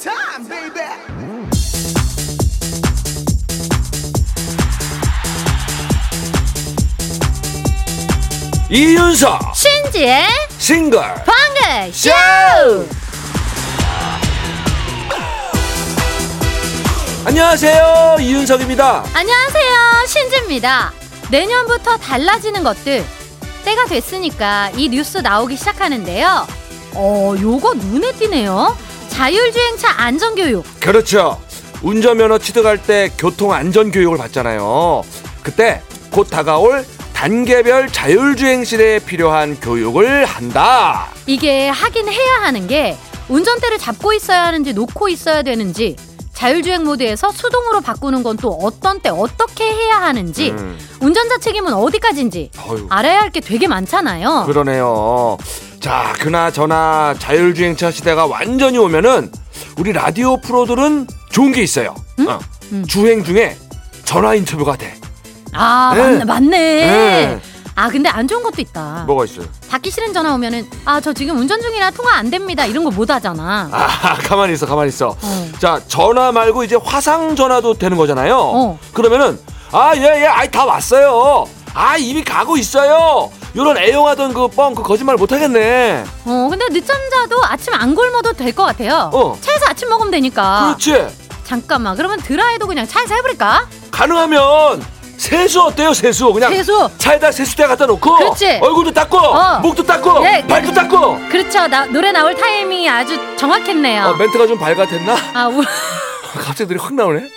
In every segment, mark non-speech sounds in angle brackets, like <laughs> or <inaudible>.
time, baby. 이윤석 신지의 싱글 방글 쇼! 안녕하세요 이윤석입니다 안녕하세요, 신지입니다. 내년부터 달라지는 것들. 때가 됐으니까 이 뉴스 나오기 시작하는데요. 어, 요거 눈에 띄네요. 자율주행차 안전교육. 그렇죠 운전면허 취득할 때 교통안전교육을 받잖아요 그때 곧 다가올 단계별 자율주행 시대에 필요한 교육을 한다 이게 하긴 해야 하는 게 운전대를 잡고 있어야 하는지 놓고 있어야 되는지 자율주행 모드에서 수동으로 바꾸는 건 또 어떤 때 어떻게 해야 하는지 음, 운전자 책임은 어디까지인지 어휴, 알아야 할 게 되게 많잖아요. 그러네요 자 그나저나 자율주행차 시대가 완전히 오면은 우리 라디오 프로들은 좋은 게 있어요 어, 음. 주행 중에 전화 인터뷰가 돼 아 네. 맞네 맞네. 네. 아 근데 안 좋은 것도 있다. 뭐가 있어요 받기 싫은 전화 오면은 아 저 지금 운전 중이라 통화 안 됩니다 이런 거 못 하잖아. 아 <laughs> 가만히 있어 가만히 있어 어. 자 전화 말고 이제 화상 전화도 되는 거잖아요. 어. 그러면은 아 예예 아이 다 왔어요. 아 이미 가고 있어요. 요런 애용하던 그 뻥 그 거짓말 못 하겠네. 어 근데 늦잠 자도 아침 안 굶어도 될 것 같아요. 어. 그렇죠. 차에서 아침 먹으면 되니까. 그렇지. 잠깐만 그러면 드라이도 그냥 차에서 해버릴까? 가능하면 세수 어때요 세수 그냥 세수. 차에다 세수대 갖다 놓고 그렇지. 얼굴도 닦고 어. 목도 닦고 예. 발도 닦고. 그렇죠. 나, 노래 나올 타이밍이 아주 정확했네요. 아, 멘트가 좀 밝았댔나? <laughs> 아 우리, 갑자기 노래 확 나오네.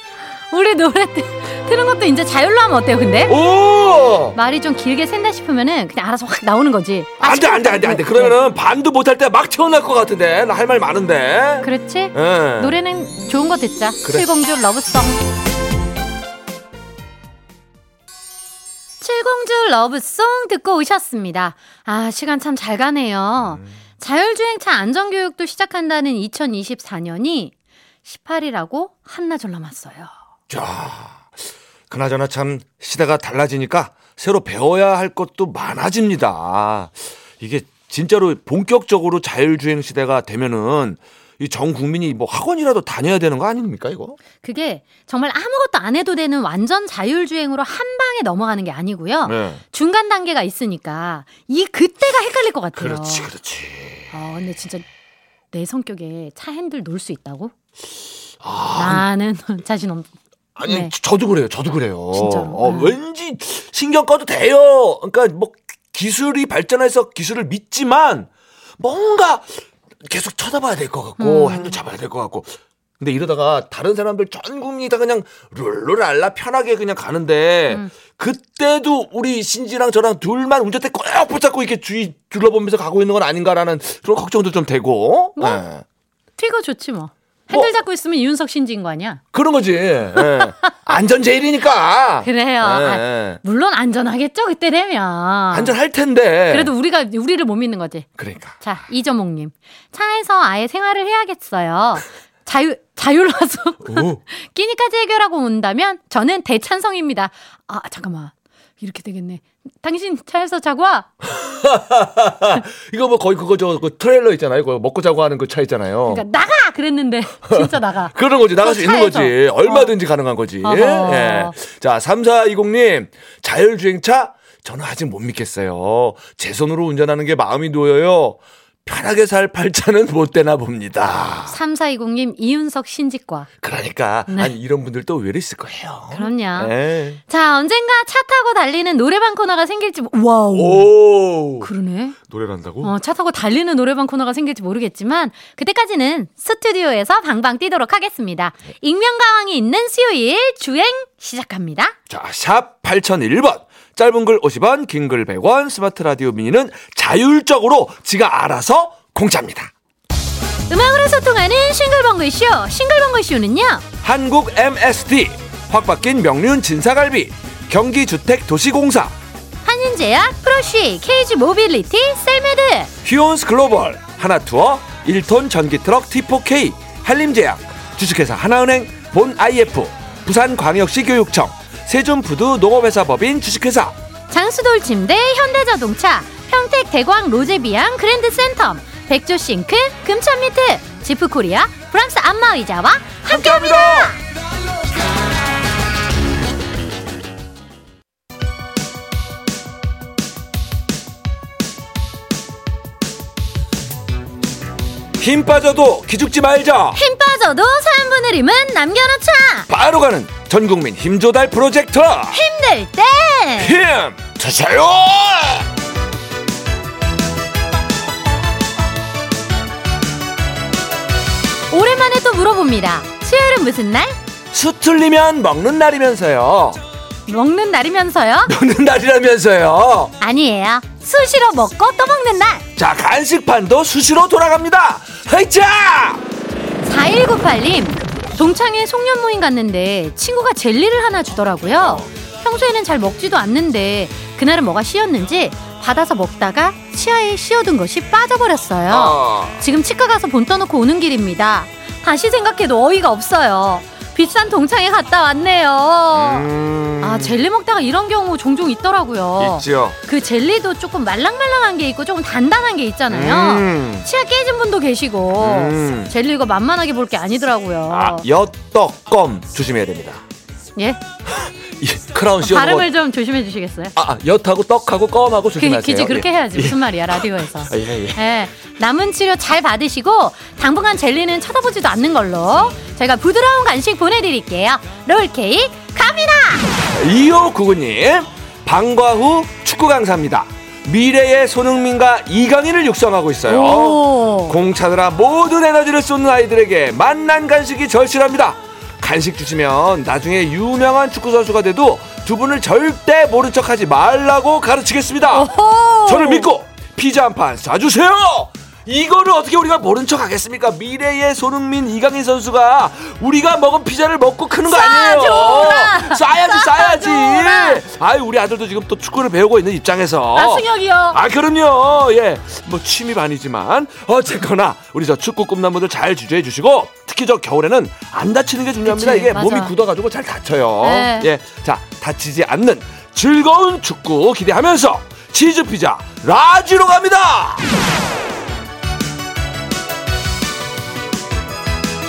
우리 노래 트- 트는 것도 이제 자율로 하면 어때요? 근데 오. 말이 좀 길게 센다 싶으면은 그냥 알아서 확 나오는 거지. 아, 안돼 안돼 안돼 안돼 그러면은 반도 못할 때 막 튀어나올 것 같은데 나 할 말 많은데. 그렇지. 예. 노래는 좋은 거 듣자. 그래. 칠공주 러브송. 칠공주 러브송 듣고 오셨습니다. 아, 시간 참 잘 가네요. 음. 자율주행차 안전교육도 시작한다는 2024년이 18이라고 한나절 남았어요. 자, 그나저나 참 시대가 달라지니까 새로 배워야 할 것도 많아집니다. 이게 진짜로 본격적으로 자율주행 시대가 되면은 이 전 국민이 뭐 학원이라도 다녀야 되는 거 아닙니까 이거? 그게 정말 아무것도 안 해도 되는 완전 자율주행으로 한 방에 넘어가는 게 아니고요. 네. 중간 단계가 있으니까 이 그때가 헷갈릴 것 같아요. 그렇지, 그렇지. 아 근데 진짜 내 성격에 차 핸들 놓을 수 있다고? 아, 나는 <laughs> 자신 없. 아니 네. 저도 그래요, 저도 그래요. 진짜로? 어, 음. 왠지 신경 꺼도 돼요. 그러니까 뭐 기술이 발전해서 기술을 믿지만 뭔가 계속 쳐다봐야 될 것 같고 음. 핸들 잡아야 될 것 같고. 근데 이러다가 다른 사람들 전 국민이 다 그냥 룰루랄라 편하게 그냥 가는데 음. 그때도 우리 신지랑 저랑 둘만 운전대 꼭 붙잡고 이렇게 주위 둘러보면서 가고 있는 건 아닌가라는 그런 걱정도 좀 되고 뭐? 예. 튀거 좋지 뭐. 핸들 뭐? 잡고 있으면 이윤석 신지인 거 아니야? 그런 거지 예. 안전 제일이니까 <laughs> 그래요. 아, 예. 물론 안전하겠죠 그때 되면. 안전할 네. 텐데. 아. 그래도 우리가 우리를 못 믿는 거지. 그러니까. 자 이저몽님 차에서 아예 생활을 해야겠어요. 자유 자율화서 <laughs> 오. 끼니까지 해결하고 온다면 저는 대찬성입니다. 아 잠깐만 이렇게 되겠네. 당신 차에서 자고 와. 이거 뭐 거의 그거 저그 트레일러 있잖아요. 그거 먹고 자고 하는 그 차 있잖아요. 그러니까 나가 그랬는데 <laughs> 진짜 나가. 그런 거지. 나갈 수 있는 차에서. 어. 거지. 얼마든지 가능한 거지. 어허. 예. 자, 3420님. 자율주행차? 저는 아직 못 믿겠어요. 제 손으로 운전하는 게 마음이 놓여요. 편하게 살 팔자는 못 되나 봅니다. 3420님 이윤석 신직과 그러니까. 네. 아니, 이런 분들 또 의외로 있을 거예요. 그럼요. 예. 자 언젠가 차 타고 달리는 노래방 코너가 생길지 모- 와우 오. 음. 그러네 노래를 한다고? 어, 차 타고 달리는 노래방 코너가 생길지 모르겠지만 그때까지는 스튜디오에서 방방 뛰도록 하겠습니다 익명가왕이 있는 수요일 주행 시작합니다 자, 샵 8001번. 짧은 글 50원, 긴 글 100원, 스마트 라디오 미니는 자율적으로 지가 알아서 공짜입니다. 음악으로 소통하는 싱글벙글쇼 싱글벙글쇼는요 한국 MSD, 확 바뀐 명륜 진사갈비, 경기주택도시공사, 한인제약 프로쉬 KG 모빌리티 셀메드 휴온스 글로벌, 하나투어, 1톤 전기트럭 T4K, 한림제약, 주식회사 하나은행, 본 IF, 부산광역시교육청, 세준푸드 농업회사법인 주식회사, 장수돌 침대 현대자동차 평택 대광 로제비앙 그랜드센텀 백조싱크 금천미트 지프코리아 프랑스 안마 의자와 함께합니다. 힘 빠져도 기죽지 말자. 힘 빠져도 사연분을 힘은 남겨놓자. 바로 가는 전국민 힘조달 프로젝트 힘들 때. 힘 드세요. 오랜만에 또 물어봅니다. 수요일은 무슨 날? 수틀리면 먹는 날이면서요. 먹는 날이면서요? 먹는 네. 날이라면서요. 아니에요. 수시로 먹고 또 먹는 날. 자 간식판도 수시로 돌아갑니다. 헤이자. 4198님. 동창회 송년모임 갔는데 친구가 젤리를 하나 주더라고요. 평소에는 잘 먹지도 않는데 그날은 뭐가 씌었는지 받아서 먹다가 치아에 씌어둔 것이 빠져버렸어요. 지금 치과 가서 본 떠놓고 오는 길입니다. 다시 생각해도 어이가 없어요. 비싼 동창회 갔다 왔네요. 음, 아 젤리 먹다가 이런 경우 종종 있더라고요. 있죠. 그 젤리도 조금 말랑말랑한 게 있고 조금 단단한 게 있잖아요. 음. 치아 깨진 분도 계시고 음. 젤리 이거 만만하게 볼 게 아니더라고요. 아, 엿떡껌 조심해야 됩니다. 예, 이 크라운 씌워 먹어. 발음을 좀 조심해 주시겠어요? 뭐 아, 아, 엿하고 떡하고 껌하고 그, 조심하세요. 기지 그렇게 예. 해야지 무슨 말이야 라디오에서. 아, 예, 예. 예, 남은 치료 잘 받으시고 당분간 젤리는 쳐다보지도 않는 걸로 저희가 부드러운 간식 보내드릴게요. 롤케이크 갑니다. 2599님, 방과 후 축구 강사입니다. 미래의 손흥민과 이강인을 육성하고 있어요. 오. 공차느라 모든 에너지를 쏟는 아이들에게 만난 간식이 절실합니다. 간식 주시면 나중에 유명한 축구 선수가 돼도 두 분을 절대 모른 척하지 말라고 가르치겠습니다. 오호. 저를 믿고 피자 한 판 사주세요. 이거를 어떻게 우리가 모른 척 하겠습니까? 미래의 손흥민, 이강인 선수가 우리가 먹은 피자를 먹고 크는 거 아니에요? 싸줘라. 싸야지, 싸줘라. 싸야지. 아유, 우리 아들도 지금 또 축구를 배우고 있는 입장에서. 나승혁이요. 아 그럼요 예 뭐 취미 반이지만 어쨌거나 우리 저 축구 꿈나무들 잘 주저해 주시고 특히 저 겨울에는 안 다치는 게 중요합니다 그치, 이게 맞아. 몸이 굳어가지고 잘 다쳐요 네. 예자 다치지 않는 즐거운 축구 기대하면서 치즈 피자 라지로 갑니다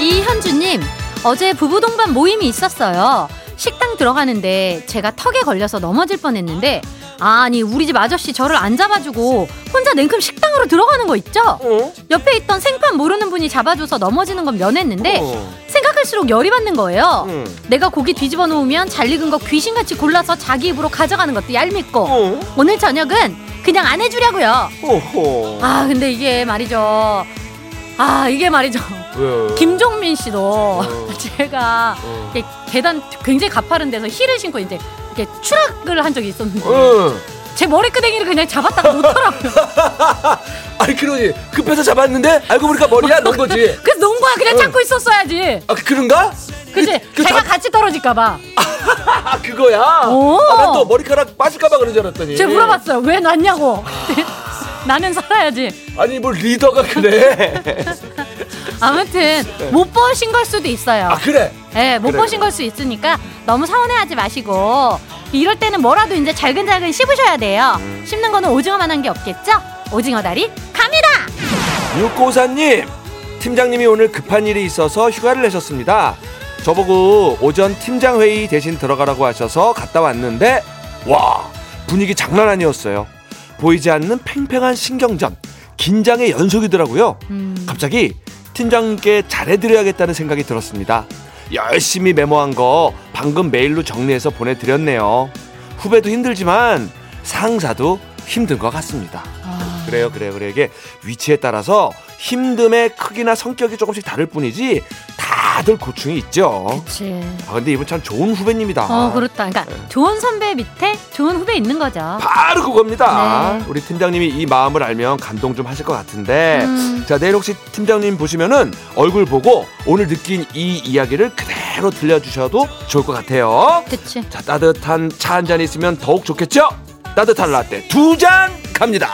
이현주님, 어제 부부 동반 모임이 있었어요. 식당 들어가는데 제가 턱에 걸려서 넘어질 뻔했는데 아니 우리 집 아저씨 저를 안 잡아주고 혼자 냉큼 식당으로 들어가는 거 있죠? 어? 옆에 있던 생판 모르는 분이 잡아줘서 넘어지는 건 면했는데 어. 생각할수록 열이 받는 거예요. 음. 내가 고기 뒤집어 놓으면 잘 익은 거 귀신같이 골라서 자기 입으로 가져가는 것도 얄밉고 어? 오늘 저녁은 그냥 안 해주려고요. 어허 아 근데 이게 말이죠. 아 이게 말이죠. 왜 김종민 씨도 <laughs> 제가 어. 이렇게 계단 굉장히 가파른 데서 힐을 신고 이제 이렇게 추락을 한 적이 있었는데 어. 제 머리끄댕이를 그냥 잡았다가 놓더라고요. <laughs> 아니 그러니 급해서 잡았는데 알고 보니까 머리야 넣은 거지 그래서 놓은 거야. 그냥 응. 잡고 있었어야지. 아 그런가 <laughs> 그치? 어. 그 제가 다- 같이 떨어질까 봐. 아 그거야 오. 아난또 머리카락 빠질까봐 그런 줄 알았더니 제가 물어봤어요. 왜 났냐고. <laughs> 근데 나는 살아야지. 아니 뭘 리더가 그래 아무튼 못 보신 걸 수도 있어요. 예. 아 그래 예, 못 그래, 보신 걸 수 있으니까 너무 서운해하지 마시고 이럴 때는 뭐라도 이제 잘근잘근 씹으셔야 돼요. 음. 씹는 거는 오징어만한 게 없겠죠? 오징어 다리 갑니다. 육고사님 팀장님이 오늘 급한 일이 있어서 휴가를 내셨습니다 저보고 오전 팀장 회의 대신 들어가라고 하셔서 갔다 왔는데 와 분위기 장난 아니었어요 보이지 않는 팽팽한 신경전 긴장의 연속이더라고요 음. 갑자기 팀장님께 잘해드려야겠다는 생각이 들었습니다. 열심히 메모한 거 방금 메일로 정리해서 보내드렸네요. 후배도 힘들지만 상사도 힘든 것 같습니다. 그래요, 그래요, 그래요. 이게 위치에 따라서 힘듦의 크기나 성격이 조금씩 다를 뿐이지 다들 고충이 있죠. 그치. 아, 근데 이분 참 좋은 후배님이다. 어, 그렇다. 그러니까 좋은 선배 밑에 좋은 후배 있는 거죠. 바로 그겁니다. 네. 우리 팀장님이 이 마음을 알면 감동 좀 하실 것 같은데. 음. 자, 내일 혹시 팀장님 보시면은 얼굴 보고 오늘 느낀 이 이야기를 그대로 들려주셔도 좋을 것 같아요. 그치. 자, 따뜻한 차 한 잔 있으면 더욱 좋겠죠? 따뜻한 라떼 두 잔 갑니다.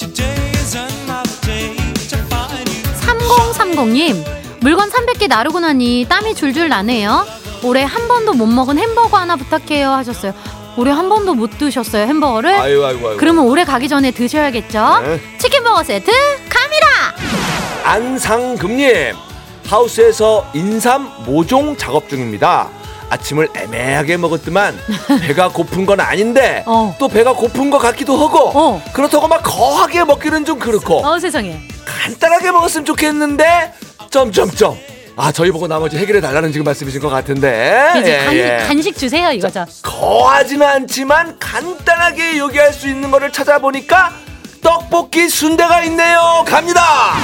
Today is another day to find you. 3030님, 물건 300개 나르고 나니 땀이 줄줄 나네요. 올해 한 번도 못 먹은 햄버거 하나 부탁해요 하셨어요. 올해 한 번도 못 드셨어요, 햄버거를? 아유, 아유, 아유. 그러면 올해 가기 전에 드셔야겠죠? 네. 치킨버거 세트 갑니다! 안상금님 하우스에서 인삼 모종 작업 중입니다. 아침을 애매하게 먹었지만 <laughs> 배가 고픈 건 아닌데 어. 또 배가 고픈 것 같기도 하고 어. 그렇다고 막 거하게 먹기는 좀 그렇고 어 세상에. 간단하게 먹었으면 좋겠는데 점점점 아 저희 보고 나머지 해결해 달라는 지금 말씀이신 것 같은데 이제 예, 간, 예. 간식 주세요 이거죠. 거하지는 않지만 간단하게 요기할 수 있는 거를 찾아보니까 떡볶이 순대가 있네요 갑니다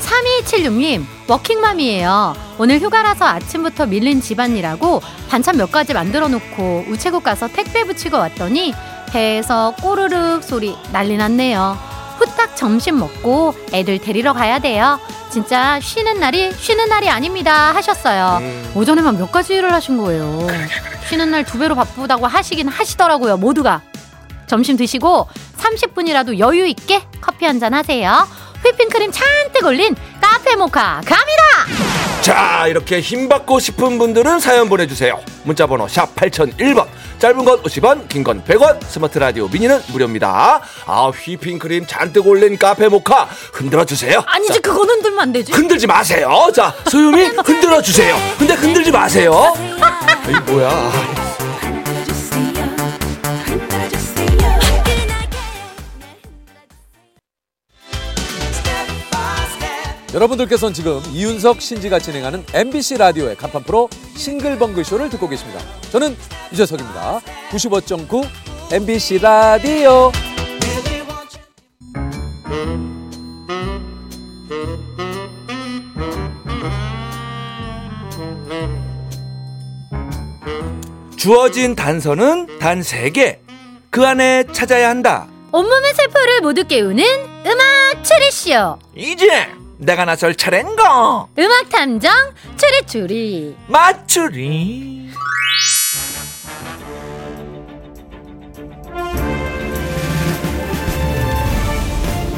3276님, 워킹맘이에요. 오늘 휴가라서 아침부터 밀린 집안일하고 반찬 몇 가지 만들어 놓고 우체국 가서 택배 붙이고 왔더니 배에서 꼬르륵 소리 난리 났네요. 후딱 점심 먹고 애들 데리러 가야 돼요. 진짜 쉬는 날이 쉬는 날이 아닙니다 하셨어요. 오전에만 몇 가지 일을 하신 거예요. 쉬는 날 두 배로 바쁘다고 하시긴 하시더라고요, 모두가. 점심 드시고 30분이라도 여유 있게 커피 한 잔 하세요. 휘핑크림 잔뜩 올린 카페 모카 갑니다. 자 이렇게 힘 받고 싶은 분들은 사연 보내주세요 문자번호 샵 8001번 짧은 건 50원 긴 건 100원 스마트 라디오 미니는 무료입니다 아 휘핑크림 잔뜩 올린 카페 모카 흔들어 주세요 아니 이제 그거는 들면 안 되지. 흔들지 마세요 자 소유미 흔들어 주세요 근데 흔들지 마세요 이 뭐야 여러분들께서는 지금 이윤석 신지가 진행하는 MBC 라디오의 간판 프로 싱글벙글 쇼를 듣고 계십니다. 저는 유재석입니다. 95.9 MBC 라디오. 주어진 단서는 단 세개그 안에 찾아야 한다 온몸의 세포를 모두 깨우는 음악 추리쇼. 이제 내가 나설 차례인가 음악 탐정 추리추리. 마추리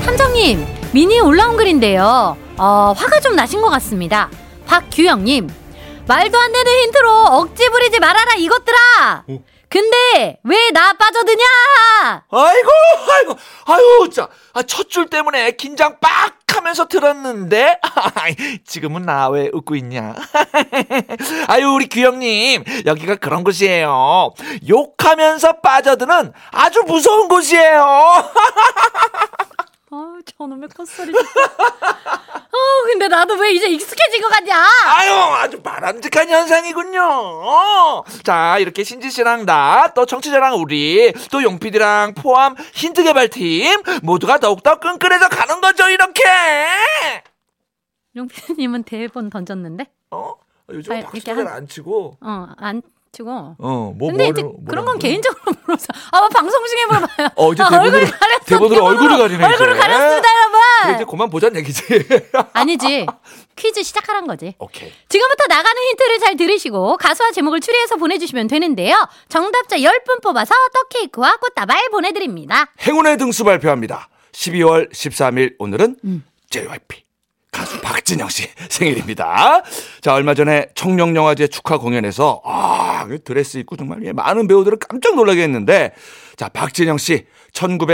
탐정님 미니 올라온 글인데요. 어, 화가 좀 나신 것 같습니다. 박규영님 말도 안 되는 힌트로 억지 부리지 말아라 이것들아. 근데 왜 나 빠져드냐? 아이고 아이고 아유 자첫 줄 때문에 긴장 빡 하면서 들었는데 <laughs> 지금은 나 왜 웃고 있냐 <laughs> 아유 우리 규영님 여기가 그런 곳이에요 욕하면서 빠져드는 아주 무서운 곳이에요 <laughs> 아, 저놈의 콧소리. 진짜. 어, 근데 나도 왜 이제 익숙해진 것 같냐? 아유, 아주 바람직한 현상이군요. 어. 자, 이렇게 신지 씨랑 나, 또 청취자랑 우리, 또 용PD랑 포함 힌트 개발팀 모두가 더욱더 끈끈해져 가는 거죠, 이렇게. 용피디님은 대본 던졌는데? 어? 요즘 아니, 은 이렇게 한- 박수를 안 치고. 어, 안 치고. 어, 뭐 근데 뭐를- 이제 뭐라는 그런 건 거야? 개인적으로 물어서. 아, 뭐 방송 중에 물어봐요. 어, 이제 아, 대본으로- <laughs> 얼굴 가렸어. 대본으로 얼굴을 가리네, 얼굴을 이제. 가렸습니다, 그래, 여러분. 이제 그만 보자는 얘기지. <laughs> 아니지. 퀴즈 시작하란 거지. 오케이. 지금부터 나가는 힌트를 잘 들으시고 가수와 제목을 추리해서 보내주시면 되는데요. 정답자 10분 뽑아서 떡케이크와 꽃다발 보내드립니다. 행운의 등수 발표합니다. 12월 13일 오늘은 음. JYP 가수 박진영 씨 <laughs> 생일입니다. 자 얼마 전에 청룡 영화제 축하 공연에서 아그 드레스 입고 정말 예, 많은 배우들을 깜짝 놀라게 했는데 자 박진영 씨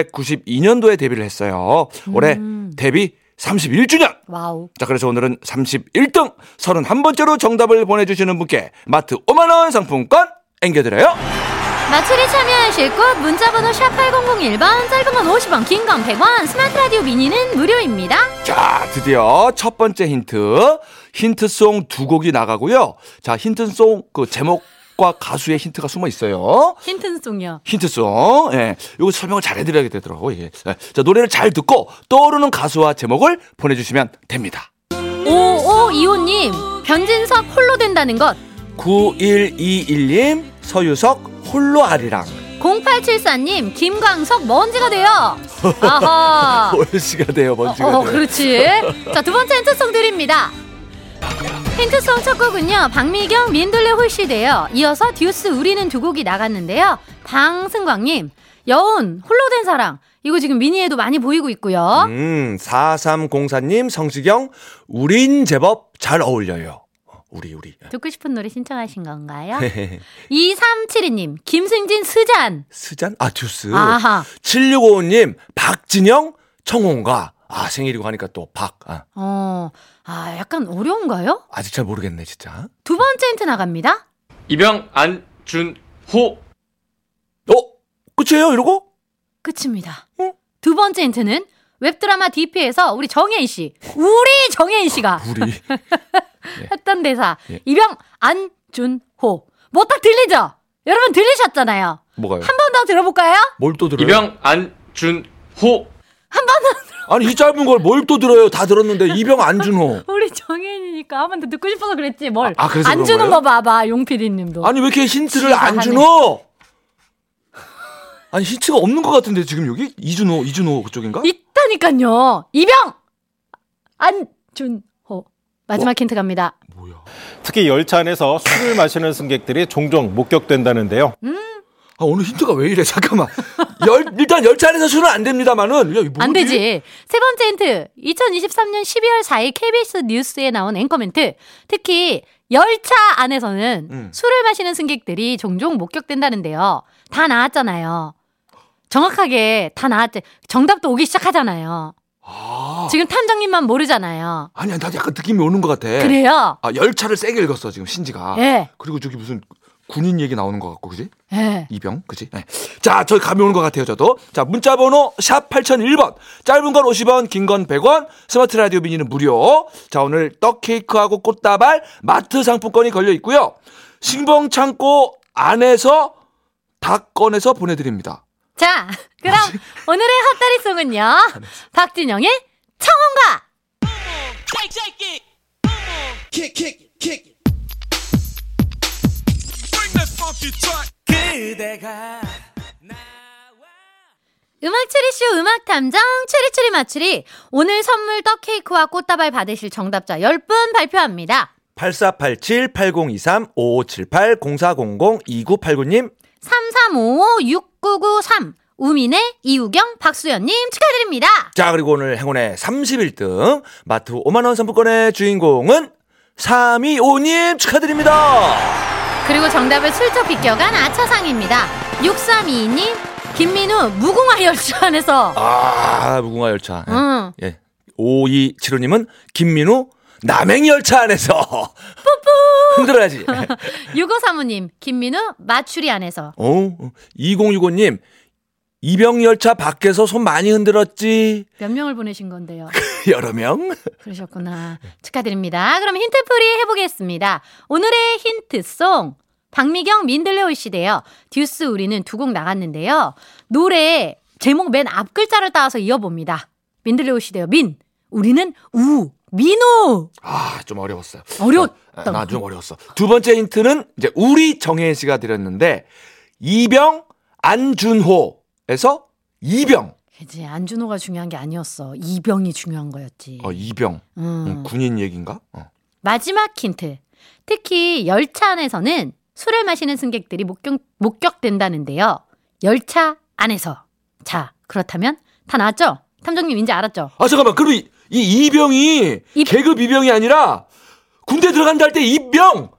1992년도에 데뷔를 했어요. 올해 음. 데뷔 31주년. 와우. 자 그래서 오늘은 31등 31번째로 정답을 보내주시는 분께 마트 5만 원 상품권 앵겨드려요. 마추리 참여하실 곳 문자번호 샵 8001번 짧은 건 50원 긴 건 100원 스마트 라디오 미니는 무료입니다 자, 드디어 첫 번째 힌트. 힌트송 두 곡이 나가고요. 자, 힌트송 그 제목과 가수의 힌트가 숨어 있어요. 힌트송요 힌트송. 예. 요거 설명을 잘 해드려야 되더라고요. 이게. 예. 자, 노래를 잘 듣고 떠오르는 가수와 제목을 보내주시면 됩니다. 5525님 변진섭 홀로 된다는 것 9121님, 서유석, 홀로 아리랑. 0874님 김광석 먼지가 돼요 아하 월시가 돼요, 먼지가 돼요. 어, 그렇지. 자, 두 번째 힌트송 드립니다. 힌트송 첫 곡은요, 박미경, 민둘레 홀씨대요. 이어서 듀스 우리는 두 곡이 나갔는데요. 방승광님, 여운, 홀로 된 사랑. 이거 지금 미니에도 많이 보이고 있고요. 음, 4304님, 성시경, 우린 제법 잘 어울려요. 우리, 우리. 듣고 싶은 노래 <laughs> 신청하신 건가요? 네. 2372님, 김승진, 스잔. 스잔? 아, 듀스. 아하. 7655님, 박진영, 청홍과. 아 생일이고 하니까 또 박. 아, 어, 아, 약간 어려운가요? 아직 잘 모르겠네 진짜. 두 번째 힌트 나갑니다. 이병 안준호 어 끝이에요 이러고? 끝입니다. 어? 두 번째 힌트는 웹드라마 DP에서 우리 정혜인 씨, 우리 정혜인 씨가 <laughs> 우리 했던 대사. 예. 이병 안준호. 뭐 딱 들리죠? 여러분 들리셨잖아요. 뭐가요? 한 번 더 들어볼까요? 뭘 또 들어요? 이병 안준호 아니 이 짧은 걸 뭘 또 들어요? 다 들었는데 이병 안준호. <laughs> <laughs> 우리 정혜인이니까 한 번 더 듣고 싶어서 그랬지 뭘. 아, 그래서 안 그런 주는 거예요? 거 봐봐, 용피디님도. 아니 왜 이렇게 힌트를 안 지사하네. 주노? 아니 힌트가 없는 것 같은데 지금 여기 이준호 이준호 그쪽인가? 있다니까요. 이병 안준호. 마지막 뭐? 힌트 갑니다. 특히 열차 안에서 술을 마시는 승객들이 종종 목격된다는데요. 아 오늘 힌트가 왜 이래 <laughs> 잠깐만. 열, 일단 열차 안에서 술은 안 됩니다만은 야, 이거 안 뭐지? 되지. 세 번째 힌트. 2023년 12월 4일 KBS 뉴스에 나온 앵커 멘트. 특히 열차 안에서는 음. 술을 마시는 승객들이 종종 목격된다는데요. 다 나왔잖아요. 정확하게 다 나왔지. 정답도 오기 시작하잖아요. 아 지금 탐정님만 모르잖아요. 아니 나 약간 느낌이 오는 것 같아. 그래요? 아 열차를 세게 읽었어 지금 신지가. 예. 그리고 저기 무슨 군인 얘기 나오는 것 같고 그지? 예. 이병 그지? 네. 자 저희 감이 오는 것 같아요 저도. 자 문자번호 샵 8001번 짧은 건 50원 긴 건 100원 스마트 라디오 미니는 무료. 자 오늘 떡 케이크하고 꽃다발 마트 상품권이 걸려 있고요. 신봉창고 안에서 닭 꺼내서 보내드립니다. 자, 그럼 오늘의 핫다리송은요. 박진영의 청혼가! 음악 추리쇼 음악 탐정 추리추리 맞추리 오늘 선물 떡 케이크와 꽃다발 받으실 정답자 10분 발표합니다. 8487 8023 5578 0400 2989님 33556993 우민의 이우경 박수연님 축하드립니다. 자, 그리고 오늘 행운의 31등 마트 5만원 상품권의 주인공은 325님 축하드립니다. 그리고 정답을 슬쩍 비껴간 아차상입니다. 6322님 김민우 무궁화 열차 안에서 아, 무궁화 열차. 응. 예. 5275님은 김민우 남행 열차 안에서. 흔들어야지. 예. 유고사모님 김민우 마추리 안에서 어, 2065님 이병 열차 밖에서 손 많이 흔들었지. 몇 명을 보내신 건데요. 여러 명. 그러셨구나. 축하드립니다. 그럼 힌트풀이 해보겠습니다. 오늘의 힌트송. 박미경 민들레올 시대요. 듀스 우리는 두 곡 나갔는데요. 노래 제목 맨 앞 글자를 따와서 이어봅니다. 민들레올 시대요. 민. 우리는 우. 민우. 아, 좀 어려웠어요. 어려웠다. 아, 나 좀 어려웠어. 두 번째 힌트는 이제 우리 정혜인 씨가 드렸는데 이병 안준호에서 이병 그지 안준호가 중요한 게 아니었어. 이병이 중요한 거였지. 어 이병 음. 음, 군인 얘기인가? 어. 마지막 힌트. 특히 열차 안에서는 술을 마시는 승객들이 목격, 목격된다는데요. 열차 안에서. 자, 그렇다면 다 나왔죠? 탐정님 이제 알았죠? 아 잠깐만. 그럼 이, 이 이병이 이- 계급 이병이 아니라 군대 들어간다 할 때 이병. 어.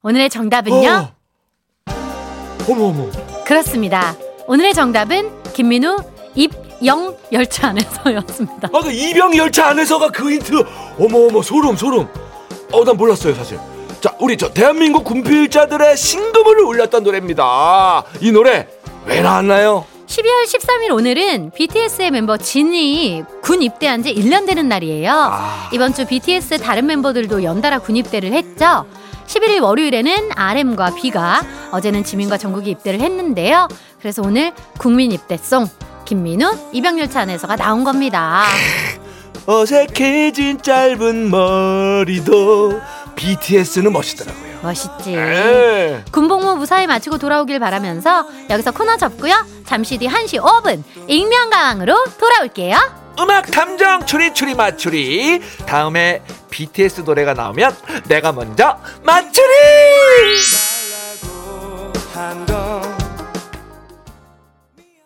오늘의 정답은요? 어머 어머. 그렇습니다. 오늘의 정답은 김민우 입영 열차 안에서였습니다. 아그 이병 열차 안에서가 그 힌트. 어머 어머 소름 소름. 어 난 몰랐어요 사실. 자 우리 저 대한민국 군필자들의 신금을 울렸던 노래입니다. 이 노래 왜 나왔나요? 12월 13일 오늘은 BTS의 멤버 진이 군 입대한 지 1년 되는 날이에요. 아. 이번 주 BTS 다른 멤버들도 연달아 군 입대를 했죠. 11일 월요일에는 RM과 B가 어제는 지민과 정국이 입대를 했는데요. 그래서 오늘 국민 입대송 김민우 이병열차 안에서가 나온 겁니다. 어색해진 짧은 머리도 BTS는 멋있더라고요. 멋있지. 예. 군복무 무사히 마치고 돌아오길 바라면서 여기서 코너 접고요. 잠시 뒤 1시 5분 익명가왕으로 돌아올게요. 음악 탐정 추리 추리 맞추리. 다음에 BTS 노래가 나오면 내가 먼저 맞추리. 한걸